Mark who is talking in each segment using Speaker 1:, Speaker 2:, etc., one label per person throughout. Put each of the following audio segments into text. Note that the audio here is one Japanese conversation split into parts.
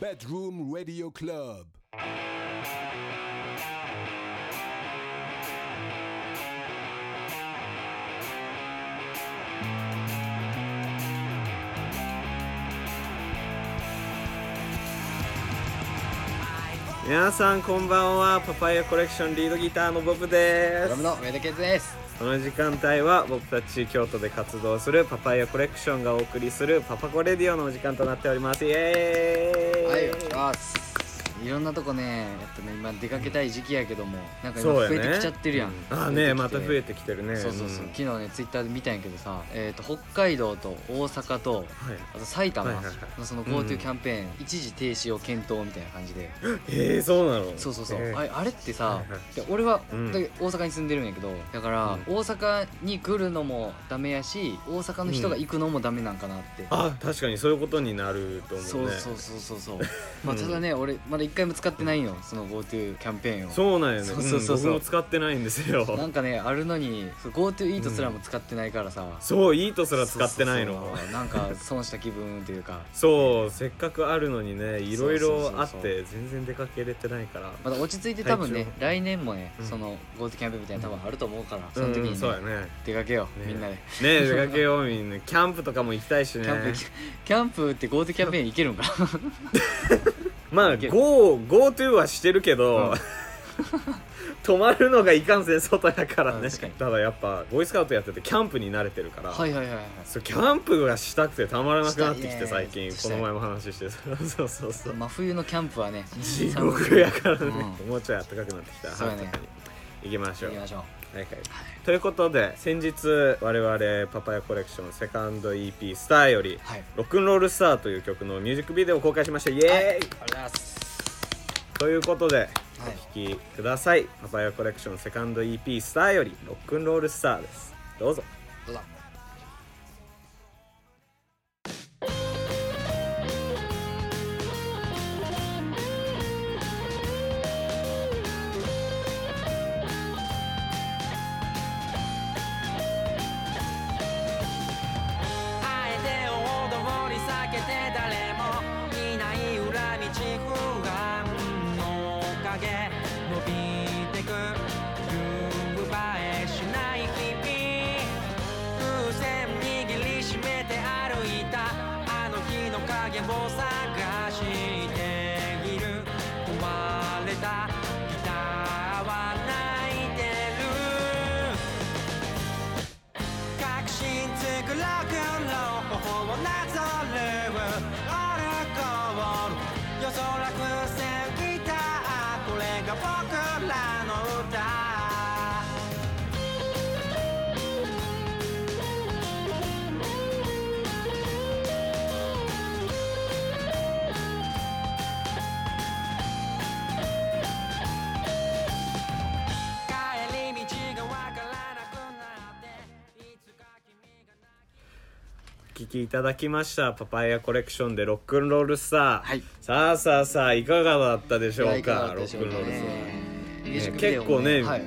Speaker 1: Bedroom Radio Club.
Speaker 2: 皆さんこんばんはパパイヤコレクションリードギターのボブで
Speaker 3: ドラム
Speaker 2: す
Speaker 3: の上田健です。
Speaker 2: この時間帯は僕たち京都で活動するパパイヤコレクションがお送りするパパコレディオのお時間となっておりますイエーイ、
Speaker 3: はい、お願いします。いろんなとこね、やっぱね、今出かけたい時期やけども、なんか今
Speaker 2: そう
Speaker 3: 増
Speaker 2: やね
Speaker 3: えてきちゃってるやん。
Speaker 2: あーねまた増えてきてるね
Speaker 3: そうそうそう、
Speaker 2: ん
Speaker 3: 昨日ね、ツイッターで見たんやけどさ、えっ、と、北海道と大阪と、
Speaker 2: はい
Speaker 3: あと埼玉
Speaker 2: はいはいは
Speaker 3: のその
Speaker 2: うん
Speaker 3: GoTo キャンペーン、一時停止を検討みたいな感じで、
Speaker 2: えー、そうなの
Speaker 3: そうそうそう、
Speaker 2: えー
Speaker 3: あれあれって
Speaker 2: は
Speaker 3: さ
Speaker 2: いはい、
Speaker 3: で俺は、
Speaker 2: うん
Speaker 3: だけ大阪に住んでるんやけどだから、
Speaker 2: う
Speaker 3: 大阪に来るのもダメやし大阪の人が行くのもダメなんかなって、
Speaker 2: あ確かにそういうことになると思うね
Speaker 3: そうそうそうそうそうまあただね、俺まだ一回も使ってないよその GoTo キャンペーンを
Speaker 2: そうなんよね
Speaker 3: そうそうそうそうん
Speaker 2: 僕も使ってないんですよ
Speaker 3: なんかねあるのにそう GoTo イートすらも使ってないからさ、
Speaker 2: そういいとすら使ってない
Speaker 3: そう
Speaker 2: の
Speaker 3: そうそうなんか損した気分というか
Speaker 2: そうせっかくあるのにねいろい
Speaker 3: そうそう
Speaker 2: ろ
Speaker 3: そ
Speaker 2: あ
Speaker 3: う
Speaker 2: っ
Speaker 3: そう
Speaker 2: て全然出かけれてないから
Speaker 3: まだ落ち着いて多分ね
Speaker 2: 体調
Speaker 3: 来年もね、
Speaker 2: うん
Speaker 3: その GoTo キャンペーンみたいなの多分あると思うから、そ
Speaker 2: うん
Speaker 3: の時に、
Speaker 2: う
Speaker 3: ね
Speaker 2: んそうやね
Speaker 3: 出かけよう、
Speaker 2: ね
Speaker 3: みんなで
Speaker 2: ねえ出かけようみんなキャンプとかも行きたいしね
Speaker 3: キャンプ行き、 キャンプって GoTo キャンペーン行けるんか な
Speaker 2: まあ
Speaker 3: 行け
Speaker 2: GoGoTo はしてるけど、
Speaker 3: うん
Speaker 2: 泊まるのがいかんせん外やから
Speaker 3: う
Speaker 2: ね
Speaker 3: ん確かに
Speaker 2: ただやっぱボーイスカウトやっててキャンプに慣れてるから、
Speaker 3: はいはいはいはい
Speaker 2: そうキャンプがしたくてたまらなくなってき
Speaker 3: したい
Speaker 2: て
Speaker 3: ね
Speaker 2: 最近
Speaker 3: し
Speaker 2: こ
Speaker 3: たい
Speaker 2: の前も話して そうそうそう
Speaker 3: 真冬のキャンプはね
Speaker 2: 地獄やからね、
Speaker 3: う
Speaker 2: もうちょい暖かくなってきたら
Speaker 3: そうや
Speaker 2: 春
Speaker 3: ね
Speaker 2: とかに行きましょ
Speaker 3: 行
Speaker 2: う
Speaker 3: きましょう
Speaker 2: はいはいということで先日我々パパヤコレクションセカンド EP「スター」より
Speaker 3: はい
Speaker 2: 「ロックンロールスター」という曲のミュージックビデオを公開しましたイエーイ、
Speaker 3: はいありがとうございます
Speaker 2: ということで
Speaker 3: はい
Speaker 2: お聴きくださいパパヤコレクションセカンド EP「スター」より「ロックンロールスター」ですどうぞ
Speaker 3: どうぞ
Speaker 4: あえて大通り避けて誰もいない裏道不安の影伸びてく夕映えしない日々偶然握りしめて歩いたあの日の影を探している壊れたギターは泣いてる確信つくロックンロールをなぞるアルコール夜空風船ギターこれが僕らの歌帰り道がわからなくなっていつか君が泣き
Speaker 2: お聴きいただきましたパパヤコレクションで「ロックンロールスター」
Speaker 3: はい
Speaker 2: さあさあさあいかがだったでしょ
Speaker 3: いうかが
Speaker 2: か
Speaker 3: だった
Speaker 2: ロ
Speaker 3: でし
Speaker 2: ッ
Speaker 3: ょう
Speaker 2: ク
Speaker 3: か
Speaker 2: ンロールスター
Speaker 3: ねミュージ
Speaker 2: ね
Speaker 3: ックビデオも
Speaker 2: 結構ね
Speaker 3: はい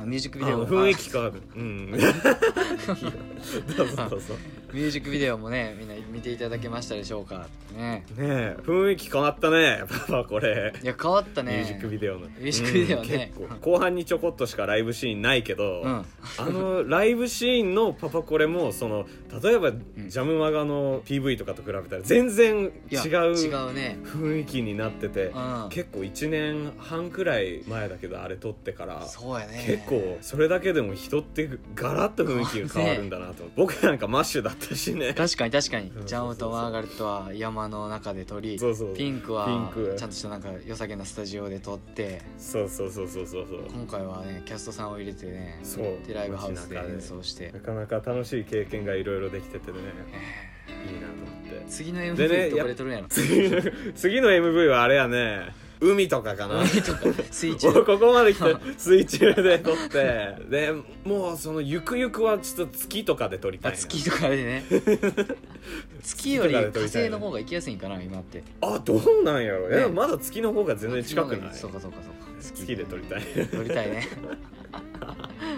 Speaker 3: あミュージックビ
Speaker 2: あ
Speaker 3: デオ
Speaker 2: の
Speaker 3: も
Speaker 2: 雰囲気変わるうん どうぞどうぞ
Speaker 3: ミュージックビデオもねみんな見ていただけましたでしょうかね
Speaker 2: ねえ雰囲気変わったね パパこれ
Speaker 3: いや変わった
Speaker 2: ミ
Speaker 3: ね
Speaker 2: ュージックビデオの
Speaker 3: ミュージックビデオね
Speaker 2: うん結構後半にちょこっとしかライブシーンないけど、
Speaker 3: うん
Speaker 2: あのライブシーンのパパこれもその例えばジャムマガの PV とかと比べたら全然
Speaker 3: い
Speaker 2: 違
Speaker 3: や
Speaker 2: う
Speaker 3: 違うね
Speaker 2: 雰囲気になってて、
Speaker 3: うん
Speaker 2: 結構1年半くらい前だけどあれ撮ってから
Speaker 3: そうやね
Speaker 2: 結構それだけでも人ってガラッと雰囲気が変わるんだなと、僕なんかマッシュだったしね
Speaker 3: 確かに確かに
Speaker 2: うん
Speaker 3: ジャムとマーガレットは山の中で撮り
Speaker 2: そうそう
Speaker 3: ピンク
Speaker 2: ピン
Speaker 3: は
Speaker 2: ク
Speaker 3: ちゃんとしたなんか良さげなスタジオで撮って
Speaker 2: そうそうそうそうそうそう
Speaker 3: 今回はねキャストさんを入れてね
Speaker 2: そう
Speaker 3: でライブハウスで演奏して
Speaker 2: なかなか楽しい経験がいろいろできててねいいなと思って
Speaker 3: 次の
Speaker 2: でね
Speaker 3: MV どこで撮るんやろ
Speaker 2: 次の次の MV はあれやね海とかかな
Speaker 3: とか水中
Speaker 2: もうここまで来て水中で撮ってでもうそのゆくゆくはちょっと月とかで撮りたい
Speaker 3: あ
Speaker 2: な
Speaker 3: 月とかで ね月より火星の方が行きやすいんかな今って
Speaker 2: あどうなんやろ、
Speaker 3: ね
Speaker 2: いやまだ月の方が全然近くない
Speaker 3: そうかそうかそうか
Speaker 2: 月で撮りたい
Speaker 3: 撮りたいね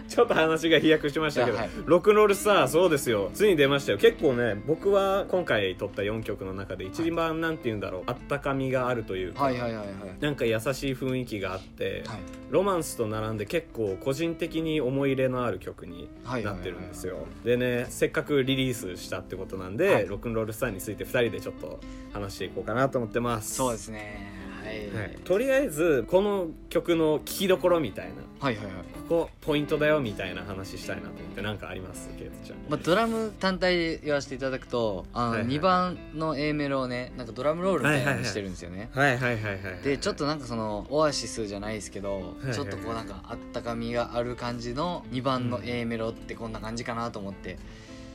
Speaker 2: ちょっと話が飛躍しましたけど、
Speaker 3: はい
Speaker 2: ロックンロールスターそうですよついに出ましたよ結構ね僕は今回撮った4曲の中で一番なんて言うんだろうあったかみがあるというか、
Speaker 3: はいはいはいはい
Speaker 2: なんか優しい雰囲気があって、
Speaker 3: はい
Speaker 2: ロマンスと並んで結構個人的に思い入れのある曲に
Speaker 3: はい
Speaker 2: な
Speaker 3: はいは
Speaker 2: っ
Speaker 3: い
Speaker 2: てるんですよでねせっかくリリースしたってことなんで、
Speaker 3: はい
Speaker 2: ロックンロールスターについて2人でちょっと話していこうかなと思ってます
Speaker 3: そうですねはい
Speaker 2: はい、とりあえずこの曲の聴きどころみたいな
Speaker 3: はいはいはい
Speaker 2: ここポイントだよみたいな話したいなと思ってなんかありますケイトちゃん、
Speaker 3: まあ、ドラム単体で言わせていただくとあの、
Speaker 2: はいはい
Speaker 3: 2番の A メロをねなんかドラムロールみたいなのにしてるんですよね、
Speaker 2: はいはいはいはいはい
Speaker 3: でちょっ となんかそのオアシスじゃないですけど、
Speaker 2: いはい
Speaker 3: ちょっとこうなんかあったかみがある感じの2番の
Speaker 2: うん
Speaker 3: A メロってこんな感じかなと思って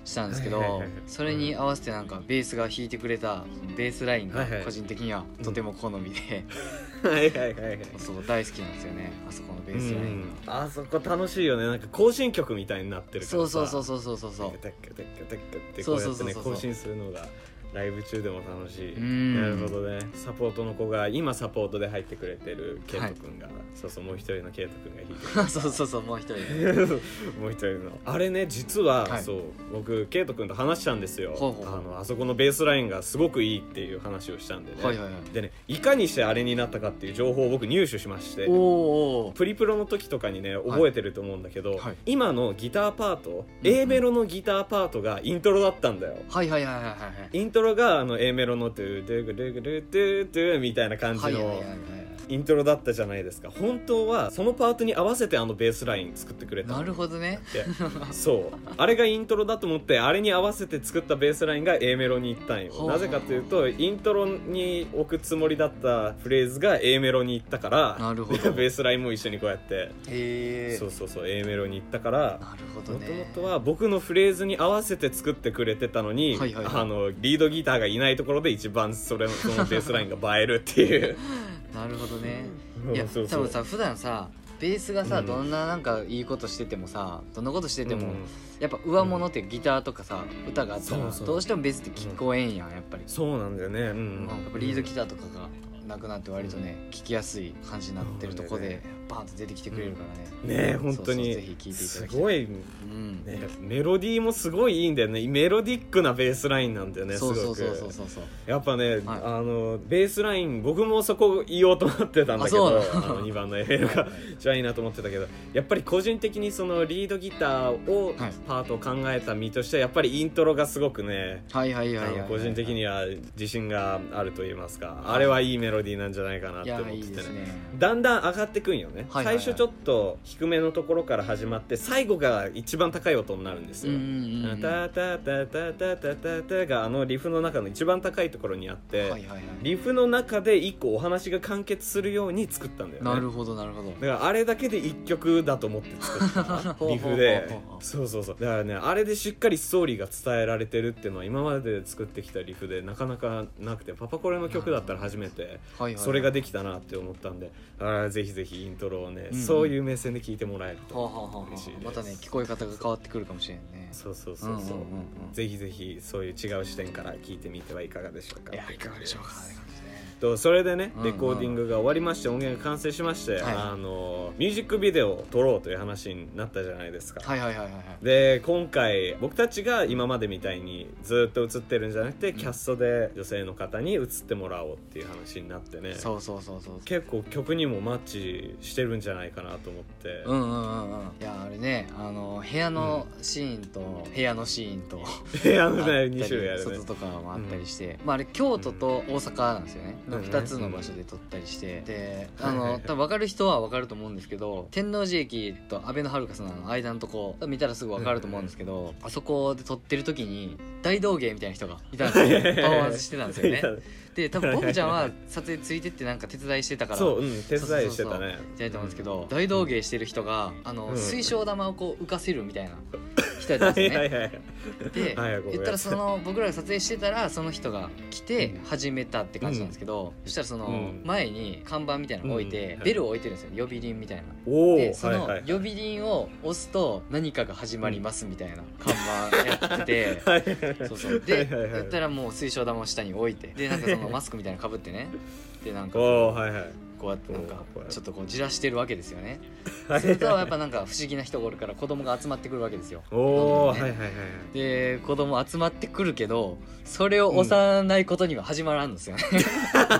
Speaker 3: したんですけど、
Speaker 2: はいはいはいはい
Speaker 3: それに合わせてなんかベースが弾いてくれたベースラインが
Speaker 2: はいはい
Speaker 3: 個人的にはとても好みで、
Speaker 2: はいはいはいはい
Speaker 3: そう大好きなんですよねあそこのベ
Speaker 2: う
Speaker 3: ースラインが、
Speaker 2: んあそこ楽しいよねなんか更新曲みたいになってるからさ
Speaker 3: そうそうそうそうそうそうそう
Speaker 2: テッカテッカテッカテッカってこ
Speaker 3: そうう
Speaker 2: や
Speaker 3: そ
Speaker 2: っ
Speaker 3: う
Speaker 2: て
Speaker 3: そうそ
Speaker 2: ね
Speaker 3: う
Speaker 2: 更新するのがライブ中でも楽しい
Speaker 3: うん
Speaker 2: なるほどねサポートの子が今サポートで入ってくれてるケイトくんが、そうそうもう一人のケイトくんが弾いてくれて
Speaker 3: そうそうそうもう一人で
Speaker 2: もう一人のあれね実は、
Speaker 3: はい
Speaker 2: そう僕ケイト君と話したんですよ
Speaker 3: ほうほうほう
Speaker 2: あのあそこのベースラインがすごくいいっていう話をしたんでね、
Speaker 3: はいはいはい
Speaker 2: でねいかにしてあれになったかっていう情報を僕入手しまして
Speaker 3: おーおー
Speaker 2: プリプロの時とかにね覚えてると思うんだけど、
Speaker 3: はい
Speaker 2: 今のギターパート、
Speaker 3: うんうん
Speaker 2: A メロのギターパートがイントロだったんだよ
Speaker 3: はいはいはいはいはい
Speaker 2: イントロがあの A メロの「ドゥドゥグルグルドゥドゥ」みたいな感じ
Speaker 3: はいはいはい
Speaker 2: の
Speaker 3: はい
Speaker 2: イントロだったじゃないですか本当はそのパートに合わせてあのベースライン作ってくれた
Speaker 3: なるほどね
Speaker 2: ってそうあれがイントロだと思ってあれに合わせて作ったベースラインが A メロに行ったんよ
Speaker 3: ほう
Speaker 2: なぜかというとイントロに置くつもりだったフレーズが A メロに行ったから
Speaker 3: なるほど
Speaker 2: で ベースラインも一緒にこうやって、
Speaker 3: へえ
Speaker 2: そうそうそう A メロに行ったから
Speaker 3: なるほ
Speaker 2: も
Speaker 3: ど
Speaker 2: とも
Speaker 3: ね
Speaker 2: とは僕のフレーズに合わせて作ってくれてたのに、
Speaker 3: はいはいはい
Speaker 2: あのリードギターがいないところで一番それそのベースラインが映えるっていう
Speaker 3: なるほどね
Speaker 2: うん
Speaker 3: いや
Speaker 2: そうそう
Speaker 3: 多分さ普段さベースがさ、
Speaker 2: うん
Speaker 3: どんななんかいいことしててもさどんなことしてても、
Speaker 2: うん
Speaker 3: やっぱ上物ってギターとかさ歌があったら
Speaker 2: そうそう
Speaker 3: どうしてもベースって聞こえんやんやっぱり、
Speaker 2: そうなんだよね、うんうん
Speaker 3: やっぱリードギターとかがなくなって割とね、聞きやすい感じになってるとこ
Speaker 2: そうだ
Speaker 3: で
Speaker 2: よね
Speaker 3: バーンと出てきてくれるからね、
Speaker 2: ねえ本当に
Speaker 3: そうそうぜひ聴いていた
Speaker 2: す
Speaker 3: だきたい
Speaker 2: ごい
Speaker 3: うん
Speaker 2: ね、メロディーもすごいいいんだよねメロディックなベースラインなんだよねす
Speaker 3: そ
Speaker 2: ご
Speaker 3: う
Speaker 2: く
Speaker 3: そうそうそうそうそう
Speaker 2: やっぱね、あのベースライン僕もそこ言おうと思ってたんだけど
Speaker 3: あそう
Speaker 2: あ
Speaker 3: なの
Speaker 2: の2番の A が一番いいなと思ってたけどやっぱり個人的にそのリードギターを、
Speaker 3: はい
Speaker 2: パートを考えた身としてはやっぱりイントロがすごくね
Speaker 3: はいはいはいはい
Speaker 2: あの個人的には自信があると言いますかあれはいいメロディーなんじゃないかなっ
Speaker 3: い
Speaker 2: て思っ
Speaker 3: や
Speaker 2: てて
Speaker 3: いいですね
Speaker 2: だんだん上がってくんよね、
Speaker 3: はいはいはい
Speaker 2: 最初ちょっと低めのところから始まって最後が一番高い音になるんです
Speaker 3: うん
Speaker 2: よ、
Speaker 3: うんうん
Speaker 2: タ
Speaker 3: は
Speaker 2: タタタタタタタがあのリフの中の一番高いところにあって、
Speaker 3: いはいはい
Speaker 2: リフの中で一個お話が完結するように作ったんだよね
Speaker 3: なるほどなるほど
Speaker 2: だからあれだけで一曲だと思って作った
Speaker 3: ほうほうほうほう
Speaker 2: リフでそうそうそうだからねあれでしっかりストーリーが伝えられてるっていうのは今まで作ってきたリフでなかなかなくてパパコレの曲だったら初めて
Speaker 3: はいはい
Speaker 2: それができたなって思ったんであーぜひぜひイントロをね、
Speaker 3: うん
Speaker 2: そういう目線で聞いてもらえる
Speaker 3: はあ
Speaker 2: と
Speaker 3: はあはあは
Speaker 2: 嬉しいで
Speaker 3: あ
Speaker 2: す
Speaker 3: またね聞こえ方が変わってくるかもしれんね
Speaker 2: そうそうそうそう,、
Speaker 3: うんうんうんうん
Speaker 2: ぜひぜひそういう違う視点から聞いてみてはいかがでしょうか
Speaker 3: いやいかがでしょうかって感じで
Speaker 2: とそれでね
Speaker 3: うんうん
Speaker 2: レコーディングが終わりまして音源が完成しまして、
Speaker 3: はい
Speaker 2: あのミュージックビデオを撮ろうという話になったじゃないですか、
Speaker 3: はいはいはいはいはい
Speaker 2: で今回僕たちが今までみたいにずっと映ってるんじゃなくて、キャストで女性の方に映ってもらおうっていう話になってね
Speaker 3: そうそうそうそう
Speaker 2: 結構曲にもマッチしてるんじゃないかなと思って、
Speaker 3: うんうんうんうんいやあれねあの部屋のシーンと部屋のシーンと
Speaker 2: で あのね
Speaker 3: あったり
Speaker 2: 2種類あるね
Speaker 3: 外とかもあったりして、まああれ京都と大阪なんですよね、
Speaker 2: うん
Speaker 3: の
Speaker 2: うん
Speaker 3: 2つの場所で撮ったりしてで
Speaker 2: はい
Speaker 3: あ
Speaker 2: はいはい
Speaker 3: の多分分かる人は分かると思うんですけど天王寺駅と阿部のハルカスのあの間のとこ見たらすぐ分かると思うんですけど、あそこで撮ってる時に大道芸みたいな人がいたんですよパワーワーズしてたんです よ
Speaker 2: い
Speaker 3: ね
Speaker 2: や
Speaker 3: で多分ボブちゃんは撮影ついてってなんか手伝いしてたから
Speaker 2: そう、うん、手伝いしてたね
Speaker 3: やりたいと思うんですけど、大道芸してる人があの、
Speaker 2: うん
Speaker 3: 水晶玉をこう浮かせるみたいな人やったんですよね。
Speaker 2: はいはいはい
Speaker 3: で、
Speaker 2: はいごめん
Speaker 3: 言ったらその僕らが撮影してたらその人が来て
Speaker 2: うん
Speaker 3: 始めたって感じなんですけど、そしたらその
Speaker 2: うん
Speaker 3: 前に看板みたいなのを置いて、
Speaker 2: うん
Speaker 3: ベルを置いてるんですよ呼び鈴みたいな。
Speaker 2: おお
Speaker 3: でその
Speaker 2: はいはい
Speaker 3: 呼び鈴を押すと何かが始まりますみたいな看板やってて。
Speaker 2: はいはいはい
Speaker 3: そうそう
Speaker 2: は
Speaker 3: で
Speaker 2: いはいはい
Speaker 3: 言ったらもう水晶玉を下に置いてでなんかそのマスクみたいなのかぶってねでなんか
Speaker 2: おおはいはい
Speaker 3: こうやってなんか
Speaker 2: うん
Speaker 3: ちょっとこうじらしてるわけですよね
Speaker 2: はい
Speaker 3: それとやっぱなんか不思議な人がおるから子供が集まってくるわけですよ
Speaker 2: お
Speaker 3: ど
Speaker 2: お、
Speaker 3: ん
Speaker 2: は
Speaker 3: どん
Speaker 2: い
Speaker 3: ね
Speaker 2: はいはいはい
Speaker 3: で子供集まってくるけどそれを押さないことには始まらんのですよね、
Speaker 2: そうよねそ
Speaker 3: そうそうそう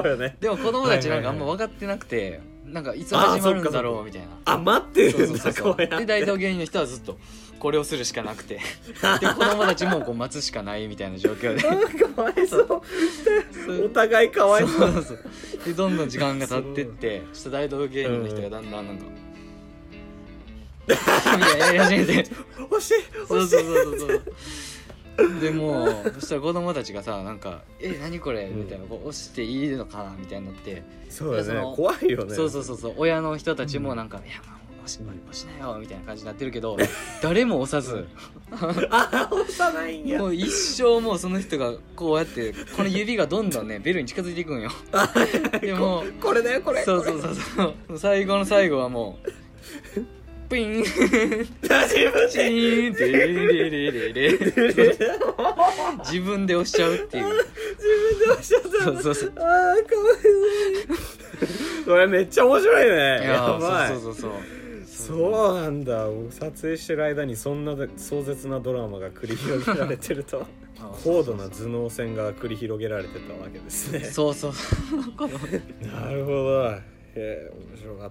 Speaker 2: うよね
Speaker 3: でも子供たちなんかあんま分かってなくて、なんかいつ始まるんだろうみたいな
Speaker 2: あ待って
Speaker 3: そう
Speaker 2: る
Speaker 3: そ
Speaker 2: ん
Speaker 3: うそ
Speaker 2: だ
Speaker 3: うそう
Speaker 2: こうや
Speaker 3: で
Speaker 2: っ
Speaker 3: 大
Speaker 2: て
Speaker 3: 道芸人の人はずっとこれをするしかな くてで子供たちもこう待つしかないみたいな状 況で
Speaker 2: かわいそう
Speaker 3: そう
Speaker 2: お互いかわいそう
Speaker 3: そうそうでどんどん時間が経ってってそしたら大道芸人の人がだんだんなんか、 みたいなやり始めて
Speaker 2: 欲しい
Speaker 3: そう
Speaker 2: 欲し
Speaker 3: そう
Speaker 2: い
Speaker 3: そうそうそうでもうそしたら子供たちがさなんか「 え何これ?」みたいな「こう押していいのかな?」みたいになって、
Speaker 2: そうよ
Speaker 3: いやその
Speaker 2: ね怖いよね
Speaker 3: そうそうそうそう親の人たちもなんか「いやまあ押し押しなよ」みたいな感じになってるけど 誰も押さず
Speaker 2: あー押さないんや
Speaker 3: もう一生もうその人がこうやってこの指がどんどんねベルに近づいていく んよでも
Speaker 2: これだよこれ
Speaker 3: そうそうそうそう最後の最後はもう ピン
Speaker 2: 自分
Speaker 3: チーンってレレレレレ自分で押しちゃうっていうそうそうそう
Speaker 2: あーかわいそう これめっちゃ面白いね
Speaker 3: い
Speaker 2: や
Speaker 3: やー
Speaker 2: ばいそ
Speaker 3: そううそうそうそう
Speaker 2: なんだ僕撮影してる間にそんな壮絶なドラマが繰り広げられてるとは
Speaker 3: あー
Speaker 2: 高度な頭脳戦が繰り広げられてたわけですね
Speaker 3: そうそうこの
Speaker 2: なるほどえー面白かっ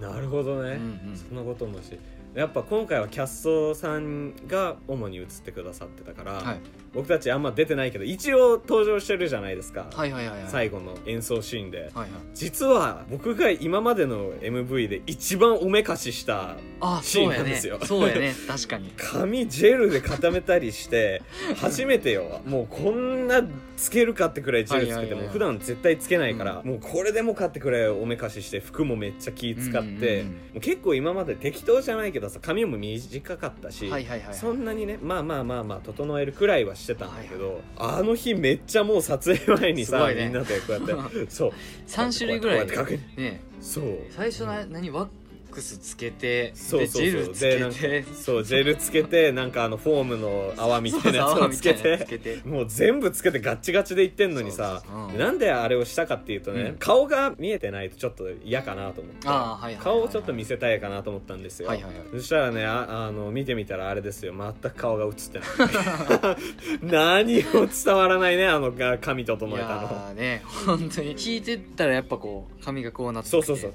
Speaker 2: たねなるほどね、
Speaker 3: うんうん
Speaker 2: そんなこともしやっぱ今回はキャストさんが主に映ってくださってたから、
Speaker 3: はい
Speaker 2: 僕たちあんま出てないけど一応登場してるじゃないですか、
Speaker 3: はいはいはいはい
Speaker 2: 最後の演奏シーンで
Speaker 3: はいはい
Speaker 2: 実は僕が今までの MV で一番おめかしした
Speaker 3: あー
Speaker 2: シー
Speaker 3: そ
Speaker 2: ン
Speaker 3: う
Speaker 2: な
Speaker 3: や
Speaker 2: んで
Speaker 3: ね
Speaker 2: すよ
Speaker 3: そうやね確かに
Speaker 2: 髪ジェルで固めたりして初めてよもうこんなつけるかってくらいジェルつ
Speaker 3: はい
Speaker 2: けて
Speaker 3: はいはい
Speaker 2: もう普段絶対つけないから、もうこれでもかってくらいおめかしして服もめっちゃ気使っ
Speaker 3: うんうん
Speaker 2: て、
Speaker 3: うん
Speaker 2: もう結構今まで適当じゃないけどさ髪も短かったし、
Speaker 3: はいはいはい
Speaker 2: そんなにねまあまあまあまあ整えるくらいはしてたんだけど、あの日めっちゃもう撮影前に
Speaker 3: す
Speaker 2: さ、
Speaker 3: ごいね
Speaker 2: みんなでこうやって そう
Speaker 3: 三種類ぐらい
Speaker 2: こうやって確認
Speaker 3: ね
Speaker 2: そう
Speaker 3: 最初な何ワックスつけて
Speaker 2: そう
Speaker 3: でジ
Speaker 2: そう
Speaker 3: ェ
Speaker 2: そ
Speaker 3: ル
Speaker 2: う
Speaker 3: つ
Speaker 2: でなんか
Speaker 3: けて
Speaker 2: そうジェルつけてなんかあのフォームの泡みたいなやつ
Speaker 3: そうそう
Speaker 2: をつけ
Speaker 3: 泡みたいなやつつ
Speaker 2: て
Speaker 3: けて
Speaker 2: もう全部つけてガッチガチでいってんのにさ
Speaker 3: そうそうそううん
Speaker 2: なんであれをしたかっていうとね、
Speaker 3: うん
Speaker 2: 顔が見えてないとちょっと嫌かなと思って
Speaker 3: あーはいはいはいはい
Speaker 2: 顔をちょっと見せたいかなと思ったんですよ、
Speaker 3: はいはいはい
Speaker 2: そしたらねああの見てみたらあれですよ全く顔が映ってない 何も伝わらないねあのが髪整
Speaker 3: い
Speaker 2: え
Speaker 3: や
Speaker 2: たの
Speaker 3: ーね本当に聞いてったらやっぱこう髪がこうなってて
Speaker 2: そうそうそう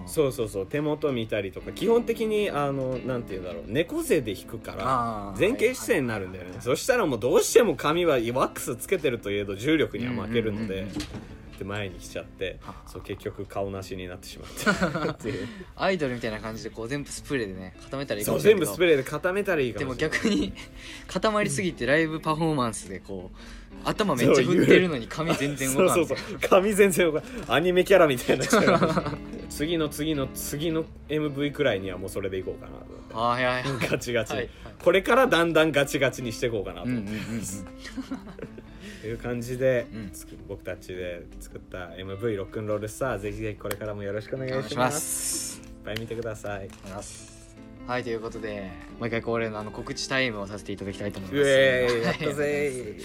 Speaker 3: うん
Speaker 2: そうそうそう手元見たりとか基本的にあのなんて言うんだろう猫背で引くから
Speaker 3: あー
Speaker 2: 前傾姿勢になるんだよね、
Speaker 3: はいはい
Speaker 2: そしたらもうどうしても髪はワックスつけてるといえど重力には負けるので、
Speaker 3: うんうんうん
Speaker 2: で前に来ちゃって
Speaker 3: はは
Speaker 2: そう結局顔なしになってしま ったっていう
Speaker 3: アイドルみたいな感じでこう全部スプレーでね固めたらいいか
Speaker 2: そう
Speaker 3: もしれ
Speaker 2: 全
Speaker 3: ん
Speaker 2: 部
Speaker 3: けど
Speaker 2: スプレーで固めたらいいか
Speaker 3: で
Speaker 2: も
Speaker 3: も
Speaker 2: しれない
Speaker 3: 逆に固まりすぎてライブパフォーマンスでこう頭めっちゃ振ってるのに髪全然動かん
Speaker 2: そ
Speaker 3: み
Speaker 2: う
Speaker 3: た
Speaker 2: そ
Speaker 3: いうな
Speaker 2: そう髪全然動かんアニメキャラみたいな力 次の次の次の MV くらいにはもうそれでいこうかなと思って
Speaker 3: あーはいはいはい
Speaker 2: ガチガチに、
Speaker 3: はい
Speaker 2: これからだんだんガチガチにしていこうかなと
Speaker 3: うんうんうん
Speaker 2: という感じで、
Speaker 3: うん
Speaker 2: つく僕たちで作った MV ロックンロールスターぜひぜひこれからもよろしくお願
Speaker 3: うん
Speaker 2: い
Speaker 3: お
Speaker 2: し
Speaker 3: 願
Speaker 2: ま
Speaker 3: い
Speaker 2: す
Speaker 3: します
Speaker 2: いっぱい見てください
Speaker 3: お願いしますはいということで毎回恒例のあの告知タイムをさせていただきたいと思いうます
Speaker 2: えーいや
Speaker 3: は
Speaker 2: っ
Speaker 3: い
Speaker 2: たぜ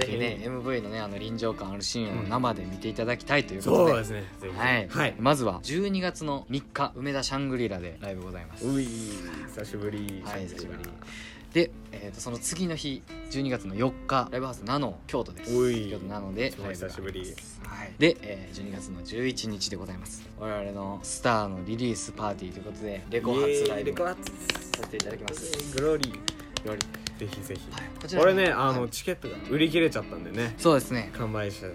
Speaker 3: ぜひね MV のねあの臨場感あるシーンを生で見ていただきたいということ
Speaker 2: そ
Speaker 3: で、
Speaker 2: うですねぜひ
Speaker 3: はい、
Speaker 2: はい、
Speaker 3: まずは12月の3日梅田シャングリラでライブございます
Speaker 2: うい久しぶり
Speaker 3: はい久しぶりで、えー、とその次の日12月の4日ライブハウスナノ京都です
Speaker 2: うい
Speaker 3: 京都ナノで
Speaker 2: 超
Speaker 3: ライブがあります
Speaker 2: 久しぶり
Speaker 3: はい、で、えー、12月の11日でございます我々のスターのリリースパーティーということでレコ発ライブ
Speaker 2: レコ
Speaker 3: さ
Speaker 2: 発
Speaker 3: せていただきます
Speaker 2: グローリー
Speaker 3: よ
Speaker 2: ぜ
Speaker 3: り
Speaker 2: ひぜひ、
Speaker 3: はいこ
Speaker 2: これねあの、
Speaker 3: はい
Speaker 2: チケットが売り切れちゃったんでね
Speaker 3: そうですね、
Speaker 2: 完売した
Speaker 3: は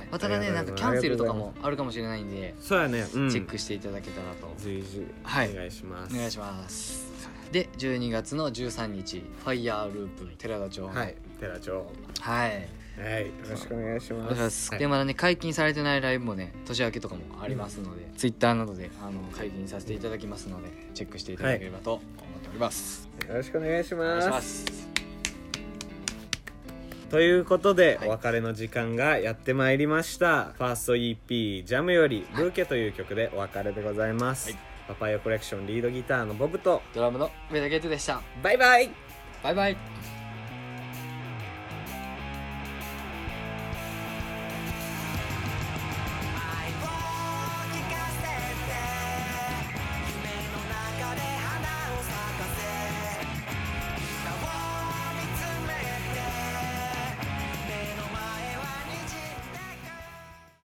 Speaker 3: い、またね
Speaker 2: あり
Speaker 3: な
Speaker 2: が
Speaker 3: ん
Speaker 2: と
Speaker 3: か
Speaker 2: うございます
Speaker 3: キャンセルとかもあるかもしれないんで
Speaker 2: そうやね、うん、
Speaker 3: チェックしていただけたらと
Speaker 2: 随時
Speaker 3: はい
Speaker 2: お願いします、
Speaker 3: お願いしますで12月の13日「ファイヤーループ寺田町」
Speaker 2: はい寺町
Speaker 3: はい
Speaker 2: はいよろしくお願いし
Speaker 3: お
Speaker 2: ま
Speaker 3: 願い
Speaker 2: す
Speaker 3: します
Speaker 2: はい
Speaker 3: でまだね解禁されてないライブもね年明けとかもありますので、ツイッターなどであの解禁させていただきますのでチェックしていただければと思っております、
Speaker 2: よろしくお願いし
Speaker 3: お
Speaker 2: ま
Speaker 3: 願い
Speaker 2: す
Speaker 3: します
Speaker 2: ということで、
Speaker 3: はい
Speaker 2: お別れの時間がやってまいりましたファースト EP「ジャムよりブーケ」という曲でお別れでございます、
Speaker 3: はい
Speaker 2: パパイヤコレクションリードギターのボブと
Speaker 3: ドラムの上田ゲートでした
Speaker 2: バイバイ
Speaker 3: バイバイ